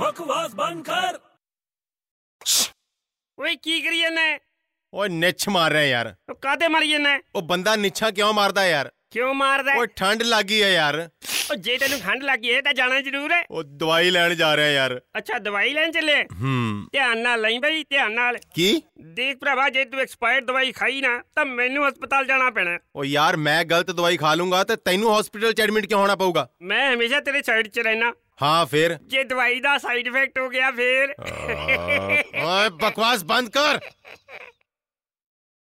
ਬਕਵਾਸ ਬੰਦ ਕਰ ਓਏ ਕੀ ਕਰੀ ਜਾਂਦਾ ਓਏ ਨਿੱਛ ਮਾਰ ਰਿਹਾ ਯਾਰ ਉਹ ਕਾਤੇ ਮਰੀ ਜਾਂਦਾ ਉਹ ਬੰਦਾ ਨਿੱਛਾ ਕਿਉਂ ਮਾਰਦਾ ਯਾਰ ਕਿਉਂ ਮਾਰਦਾ ਓਏ ਠੰਡ ਲੱਗੀ ਆ ਯਾਰ ਓ ਜੇ ਤੈਨੂੰ ਖੰਡ ਲੱਗੀ ਹੈ ਤਾਂ ਜਾਣਾ ਜ਼ਰੂਰ ਹੈ ਉਹ ਦਵਾਈ ਲੈਣ ਜਾ ਰਿਹਾ ਯਾਰ ਅੱਛਾ ਦਵਾਈ ਲੈਣ ਚੱਲੇ ਹੂੰ ਧਿਆਨ ਨਾਲ ਲਈ ਬਈ ਧਿਆਨ ਨਾਲ ਕੀ ਦੇਖ ਭਰਾਵਾ ਜੇ ਤੂੰ ਐਕਸਪਾਇਰ ਦਵਾਈ ਖਾਈ ਨਾ ਤਾਂ ਮੈਨੂੰ ਹਸਪਤਾਲ ਜਾਣਾ ਪੈਣਾ ਓ ਯਾਰ ਮੈਂ ਗਲਤ ਦਵਾਈ ਖਾ ਲੂੰਗਾ ਤੇ ਤੈਨੂੰ ਹਸਪੀਟਲ ਚ ਐਡਮਿਟ ਕਿਉਂ ਹੋਣਾ ਪਊਗਾ ਮੈਂ ਹਮੇਸ਼ਾ ਤੇਰੇ ਸਾਈਡ 'ਚ ਰਹਿਣਾ ਹਾਂ ਫੇਰ ਜੇ ਦਵਾਈ ਦਾ ਸਾਈਡ ਇਫੈਕਟ ਹੋ ਗਿਆ ਫੇਰ ਓਏ ਬਕਵਾਸ ਬੰਦ ਕਰ